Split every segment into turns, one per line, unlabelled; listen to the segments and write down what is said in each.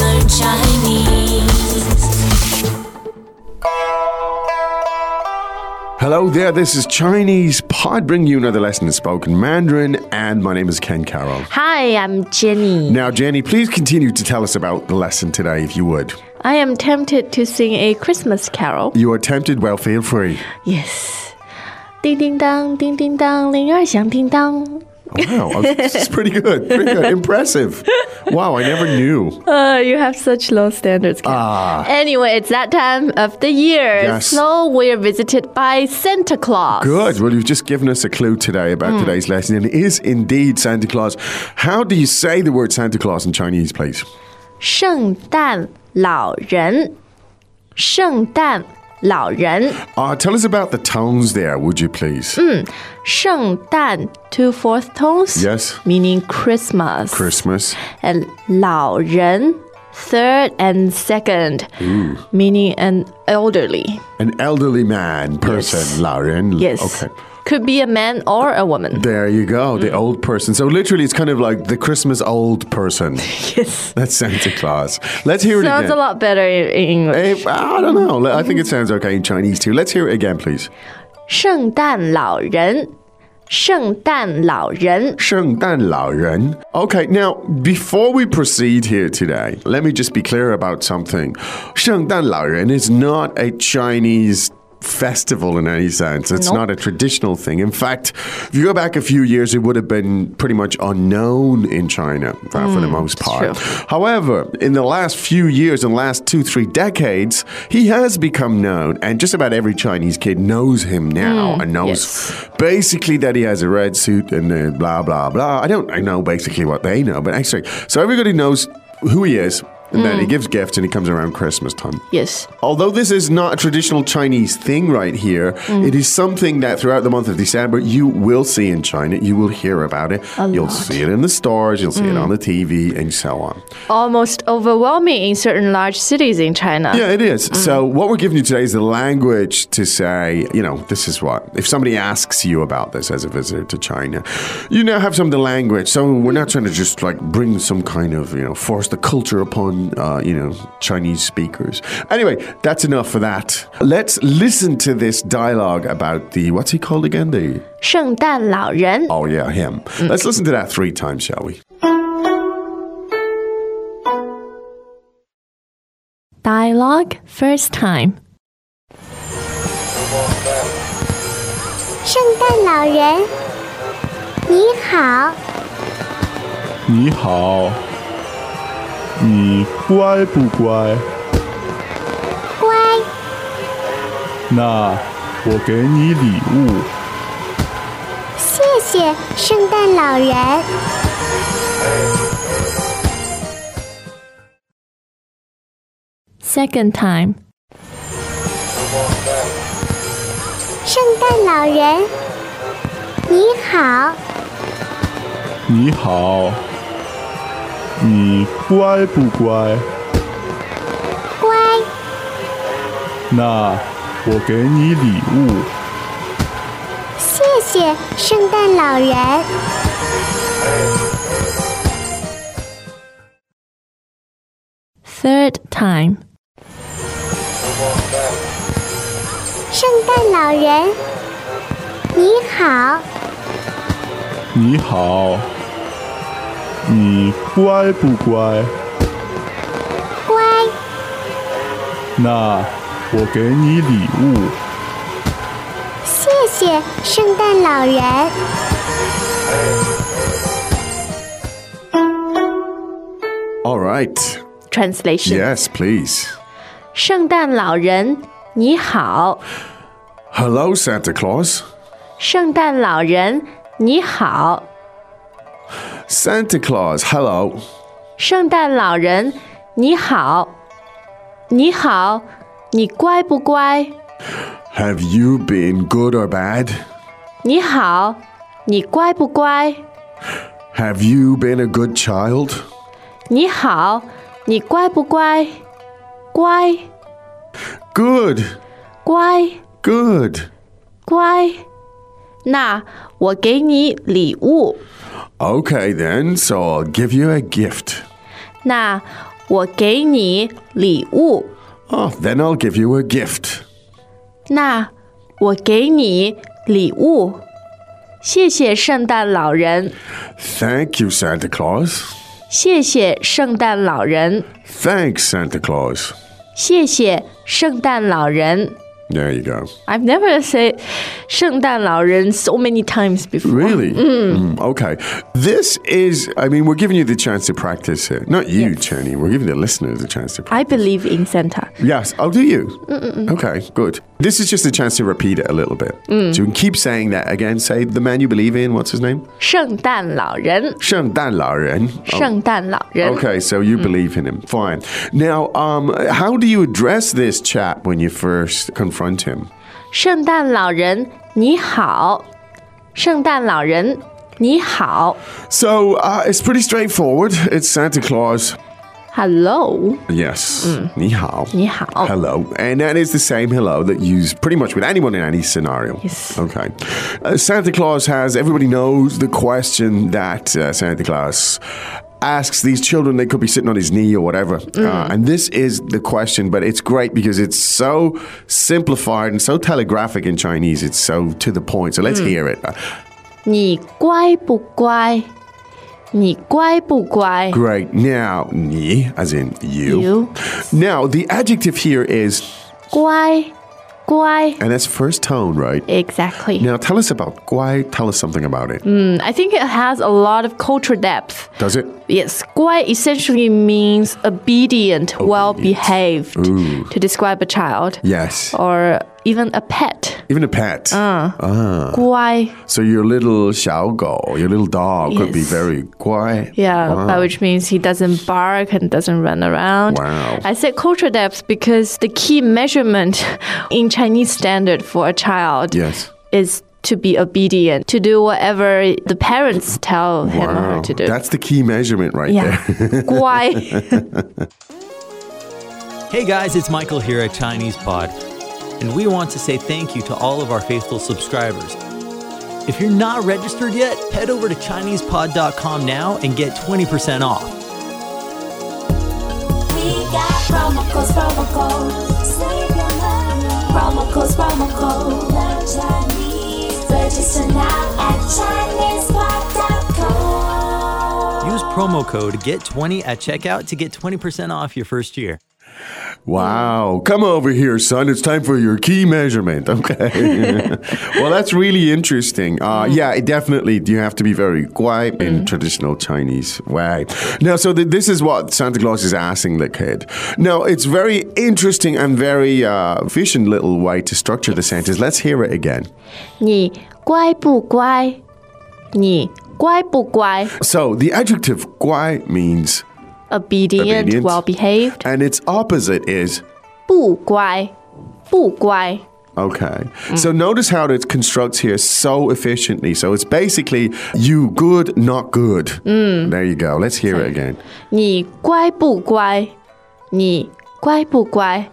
learn Chinese.
Hello there, this is Chinese Pod, bringing you another lesson in spoken Mandarin, and my name is Ken Carroll.
Hi, I'm Jenny.
Now, Jenny, please continue to tell us about the lesson today, if you would.
I am tempted to sing a Christmas carol.
You are tempted, well, feel free.
Yes. 叮叮当，叮叮当，铃儿响叮当。
Oh, Wow, okay, this is pretty good, pretty good, impressive. Wow, I never knew.
Uh, you have such low standards. Kat.
Ah.
Anyway, it's that time of the year,
Yes.
so we're visited by Santa Claus.
Good. Well, you've just given us a clue today about
Hmm.
today's lesson, and it is indeed Santa Claus. How do you say the word Santa Claus in Chinese, please?
圣诞老人，圣诞老人，
Uh, tell us about the tones there, would you please?
Hmm. 圣诞 two fourth tones.
Yes.
Meaning Christmas.
Christmas.
and 老人 third and second meaning an elderly
An elderly man, person,
Yes.
Lauren.
yes
Okay.
could be a man or a woman
There you go, the old person. So literally, it's kind of like the Christmas old person.
yes
That's Santa Claus. Let's hear it
sounds
again.
a lot Mm. better in in english
Eh, I don't know. I think it sounds okay in Chinese too. Let's hear it again, please.
圣诞老人圣诞老人
圣诞老人. Okay, now before we proceed here today, let me just be clear about something. 圣诞老人 is not a Chinese festival in any sense. It's
No.
not a traditional thing. In fact, if you go back a few years, it would have been pretty much unknown in China uh, for
Mm,
the most part. However, in the last few years, in the last two, three decades, he has become known, and just about every Chinese kid knows him now and knows
yes.
basically that he has a red suit and uh, blah blah blah. I don't I know basically what they know, but actually, so everybody knows who he is, and then he gives gifts and he comes around Christmas time.
yes
Although this is not a traditional Chinese thing right here, it is something that throughout the month of December you will see in China. You will hear about it. you'll see it in the stores, you'll see it on the TV, and so on.
almost overwhelming in certain large cities in china
Yeah, it is. So what we're giving you today is the language to say, you know, this is what. If somebody asks you about this as a visitor to China, you now have some of the language. So we're not trying to just like bring some kind of, you know, force the culture upon, uh, you know, Chinese speakers. Anyway, that's enough for that. Let's listen to this dialogue about the what's he called again? The
圣诞老人
oh yeah, him. Let's listen to that three times, shall we?
（dialogue first time）。
圣诞老人，你好，
你好，你乖不乖？
乖，
那我给你礼物，
谢谢圣诞老人。
Second time，
圣诞老人，你好，
你好，你乖不乖？
乖，
那我给你礼物，
谢谢圣诞老人。
third time，
圣诞老人，你好，
你好，你乖不乖？
乖，
那我给你礼物，
谢谢圣诞老人。
All right.
translation。
Yes, please.
圣诞老人，你好。
Hello, Santa Claus.
圣诞老人，你好。
Santa Claus, hello.
圣诞老人，你好。你好，你乖不乖？
Have you been good or bad?
你好，你乖不乖？
Have you been a good child?
你好，你乖不乖？乖，
Good,
乖，
good.
乖。那我给你礼物，
Okay, then, so I'll give you a gift.
那我给你礼物，
Oh, then I'll give you a gift.
那我给你礼物。谢谢圣诞老人，
Thank you, Santa Claus.
谢谢圣诞老人，
Thanks, Santa Claus.
谢谢圣诞老人。
There you go.
I've never said 圣诞老人 so many times before.
Really? Mm, okay. This is, I mean, we're giving you the chance to practice here. Not you, Cheney. We're giving the listeners a chance to practice.
I believe in Santa.
Yes. Oh, do you? Okay, good. This is just a chance to repeat it a little bit. So you can keep saying that again. Say the man you believe in. What's his name?
圣诞老人，
Sheng Dan Lao Ren.
圣诞老人。
Oh. Okay, so you believe in him. Fine. Now, um, how do you address this chap when you first confront him?
圣诞老人你好，圣诞老人你好
So uh, it's pretty straightforward. It's Santa Claus.
，Hello，
Yes. Ni hao.
你好
Hello. And that is the same hello that you use pretty much with anyone in any scenario.
Yes.
Okay. Uh, Santa Claus has, everybody knows the question that uh, Santa Claus asks these children. They could be sitting on his knee or whatever. Uh, and this is the question, but it's great because it's so simplified and so telegraphic in Chinese. It's so to the point. So let's hear it. Uh,
你乖不乖？你乖不乖
great. Now, ni, as in you.
You
Now, the adjective here is,
乖乖
and that's first tone, right?
，exactly。
Now tell us about Guai. Tell us something about it.
I think it has a lot of cultural depth.
Does it?
Yes, guai essentially means obedient, well behaved to describe a child
Yes.
or even a pet.
Even a pet.
Ah.
Ah.
Guai,
So your little xiaogou, your little dog, could be
Yes.
very guai.
yeah, by which means he doesn't bark and doesn't run around.
Wow.
I said cultural depth because the key measurement in Chinese standard for a child
Yes.
is to be obedient, to do whatever the parents tell him or her
Wow.
to do.
That's the key measurement right
yeah,
there.
guai.
Hey guys, it's Michael here at Chinese Pod, and we want to say thank you to all of our faithful subscribers. If you're not registered yet, head over to ChinesePod.com now and get 20% off.
We got promo codes, promo codes. Save your money. Promo codes, promo codes. Learn Chinese. Register now at ChinesePod.com.
Use promo code GET20 at checkout to get 20% off your first year.
Wow. Come over here, son. It's time for your key measurement. Okay. well, that's really interesting. Uh, yeah, it definitely. You have to be very quiet in traditional Chinese way. Now, so th- this is what Santa Claus is asking the kid. Now, it's very interesting and very uh, efficient little way to structure the sentence. Let's hear it again.
你乖不乖？你乖不乖
So the adjective guai means,
？Obedient,
Obedient.
well behaved.
and its opposite is
不乖，不乖。
Okay.
Mm.
So notice how it constructs here so efficiently. So it's basically you good, not good.
Mm.
There you go. Let's hear it again.
你乖不乖？你乖不乖？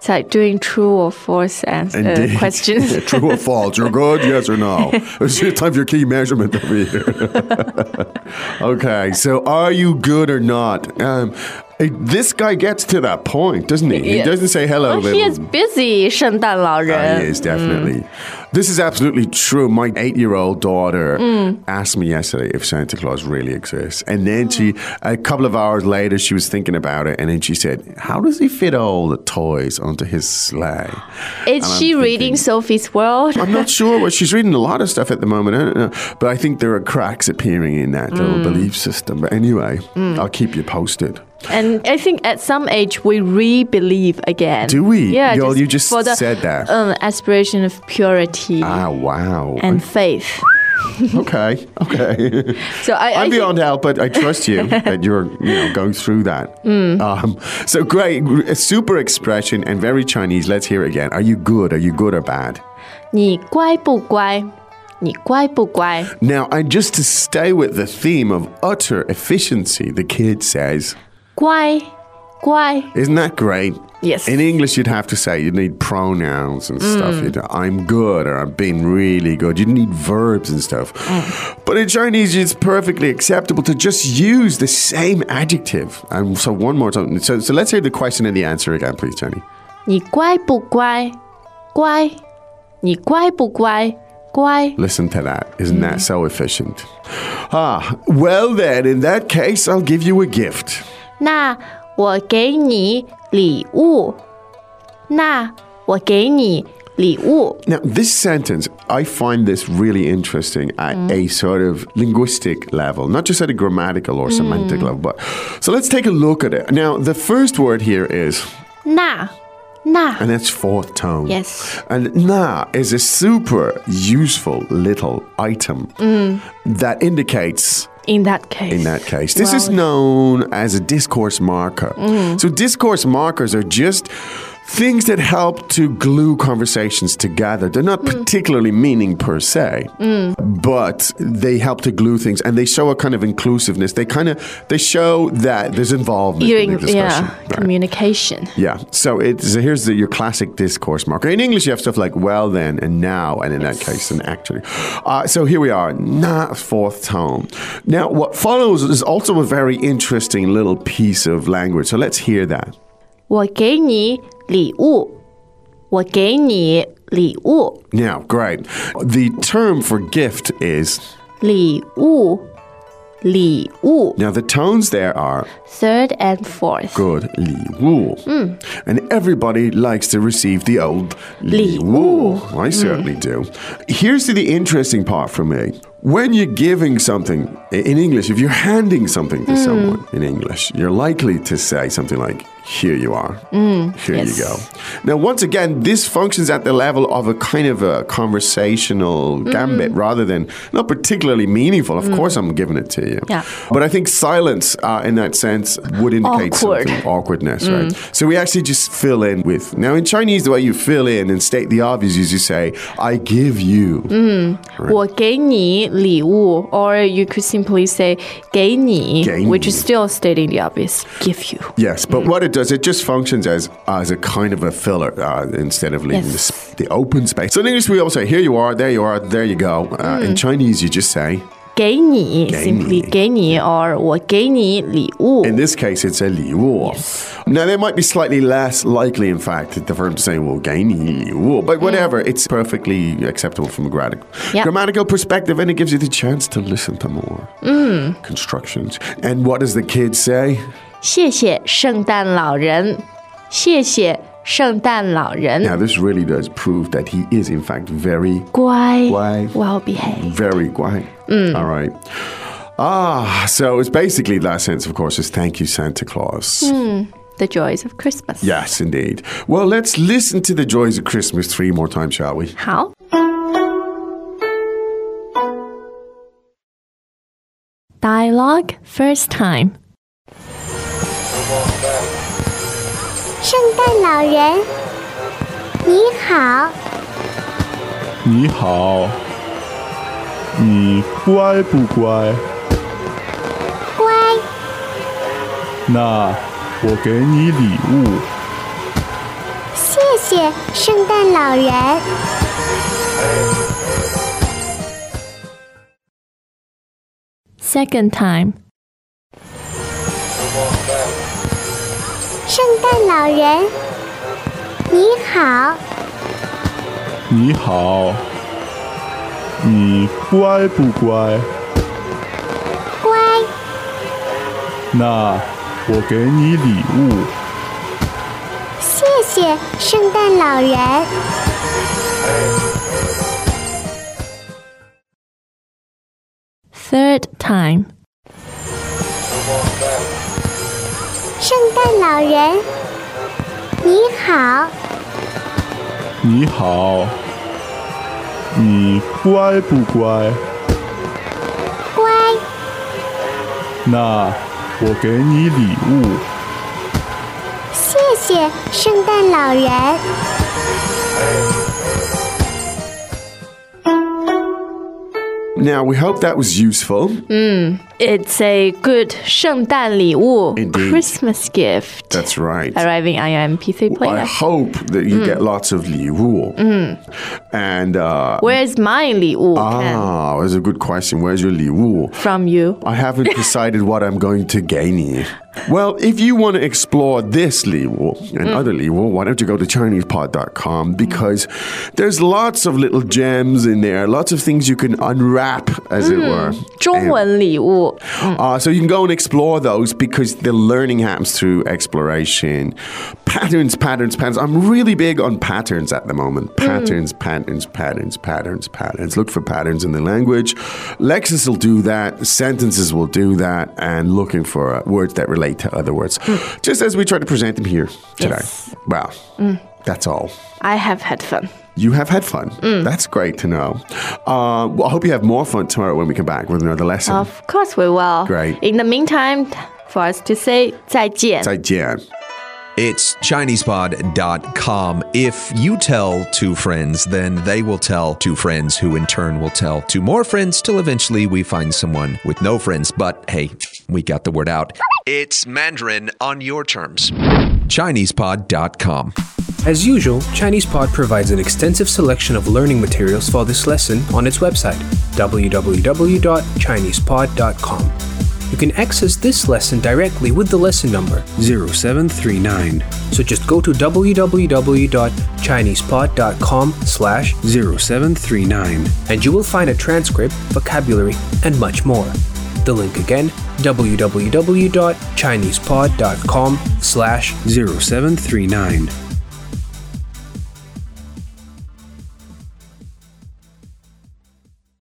It's like doing true or false ans- uh,
Indeed.
questions.
Yeah, True or false? You're good, yes or no? It's your time for your key measurement over here. okay. So are you good or not? Um, eh, this guy gets to that point, doesn't he? He
Yes.
doesn't say hello.
Oh,
but-
he is busy，圣诞
Uh,
老
he
人。
is definitely. This is absolutely true. My eight-year-old daughter asked me yesterday if Santa Claus really exists, and then she, a couple of hours later, she was thinking about it, and then she said, "How does he fit all the toys onto his sleigh?"
Is
I'm
she
thinking-
reading Sophie's World?
I'm not sure. Well, she's reading a lot of stuff at the moment, I don't know. but I think there are cracks appearing in that little belief system. But anyway, I'll keep you posted.
And I think at some age we re-believe again.
Do we?
Yeah.
Yo, you just
for the,
said that.
Um, aspiration of purity
Ah, wow.
and faith.
okay, okay.
So I, I
I'm
think-
beyond help, but I trust you that you're you know, going through that.
Mm.
Um, so great, r- super expression and very Chinese. Let's hear it again. Are you good? Are you good or bad?
你乖不乖？你乖不乖？
Now, and just to stay with the theme of utter efficiency, the kid says,
乖，乖，
Isn't that great?
Yes.
In English, you'd have to say you need pronouns and stuff. You'd, I'm good or I've been really good. You'd need verbs and stuff. But in Chinese, it's perfectly acceptable to just use the same adjective. And so, one more time. So, so let's hear the question and the answer again, please, Jenny.
你乖不乖？乖，你乖不乖？乖，
Listen to that. Isn't that so efficient? Ah, well, then, in that case, I'll give you a gift.
那我给你礼物。那我给你礼物。
Now, this sentence, I find this really interesting at a sort of linguistic level, not just at a grammatical or semantic level. But so let's take a look at it. Now, the first word here is,
那，那
and that's fourth tone.
Yes.
And na is a super useful little item that indicates
in that case，
in that case. This is known as a discourse marker. So, discourse markers are just things that help to glue conversations together. They're not particularly meaning per se, but they help to glue things and they show a kind of inclusiveness. They kind of they show that there's involvement
you
in the
in,
discussion.
yeah,
Right.
communication.
Yeah. So it's so here's the, your classic discourse marker. In English, you have stuff like well, then, and now, and in that case, and actually. Uh, so here we are, not fourth tone. Now, what follows is also a very interesting little piece of language. So let's hear that.
我给你礼物，我给你礼物，
Now, great. The term for gift is
礼物，礼物。
now the tones there are
Third and fourth.
good li wu, and everybody likes to receive the old li wu. I certainly do. Here's to the interesting part for me. When you're giving something i- in English, if you're handing something to someone in English, you're likely to say something like, Here you are. Here you go. Now, once again, this functions at the level of a kind of a conversational gambit rather than not particularly meaningful. Of course, I'm giving it to you.
Yeah.
But I think silence uh, in that sense would indicate
Awkward. Mm.
something awkwardness, right? So we actually just fill in with. Now, in Chinese, the way you fill in and state the obvious is you say, I give you.
Mm. 我给你礼物，or you could simply say 给你
给你
which is still stating the obvious. Give you.
Yes,
Mm.
but what it does, it just functions as as a kind of a filler uh, instead of leaving the
Yes.
the, the open space. So in English, we all say, here you are, there you are, there you go. Uh,
Mm.
In Chinese, you just say,
给你
给
simply
你
给你，or 我给你礼物。
in this case, it's a 礼物. Now, they might be slightly less likely, in fact, that the firm to say, well, 给你礼物, but whatever, it's perfectly acceptable from a grammatical,
Yeah.
grammatical perspective, and it gives you the chance to listen to more constructions. And what does the kid say?
谢谢圣诞老人，谢谢圣诞老人。
Now, this really does prove that he is, in fact, very
乖
乖
，well behaved。
Very quiet. All right. Ah, so it's basically that sense, of course, is thank you, Santa Claus.
The joys of Christmas。
Yes, indeed. Well, let's listen to the joys of Christmas three more times, shall we?
好，Dialogue first time.
圣诞老人，你好，
你好，你乖不乖？
乖，
那我给你礼物。
谢谢圣诞老人。
Second time.
圣诞老人，你好，
你好，你乖不乖？
乖，
那我给你礼物。
谢谢圣诞老人。
Third time.
圣诞老人，你好，
你好，你乖不乖？
乖，
那我给你礼物。
谢谢圣诞老人。
Now, we hope that was useful.
It's a good 圣诞礼物
Indeed.
Christmas gift.
That's right.
Arriving on your MP3
I
player.
hope that you get lots of Li Wu. And, uh,
Where's my 礼物 Ken?
ah, that's a good question. Where's your Li Wu?
from you?
I haven't decided what I'm going to gain here. Well, if you want to explore this Liwu and other Liwu, why don't you go to ChinesePod.com because there's lots of little gems in there, lots of things you can unwrap, as it were.
中
And-
文礼物
uh, so you can go and explore those because the learning happens through exploration. Patterns, patterns, patterns. I'm really big on patterns at the moment. Patterns, patterns, patterns, patterns, patterns. Look for patterns in the language. Lexis will do that. Sentences will do that. And looking for uh, words that relate to other words. Just as we try to present them here today.
Yes.
Wow. That's all.
I have had fun.
You have had fun. That's great to know. Uh, well, I hope you have more fun tomorrow when we come back with another lesson.
Of course we will.
Great.
In the meantime, for us to say 再见。
再见.
It's ChinesePod.com. If you tell two friends, then they will tell two friends, who in turn will tell two more friends, till eventually we find someone with no friends. But hey, we got the word out. It's Mandarin on your terms. ChinesePod.com.
As usual, ChinesePod provides an extensive selection of learning materials for this lesson on its website, www.chinesepod.com. You can access this lesson directly with the lesson number 0739. So just go to www.chinesepod.com slash 0739 and you will find a transcript, vocabulary, and much more. The link again, www.chinesepod.com slash 0739.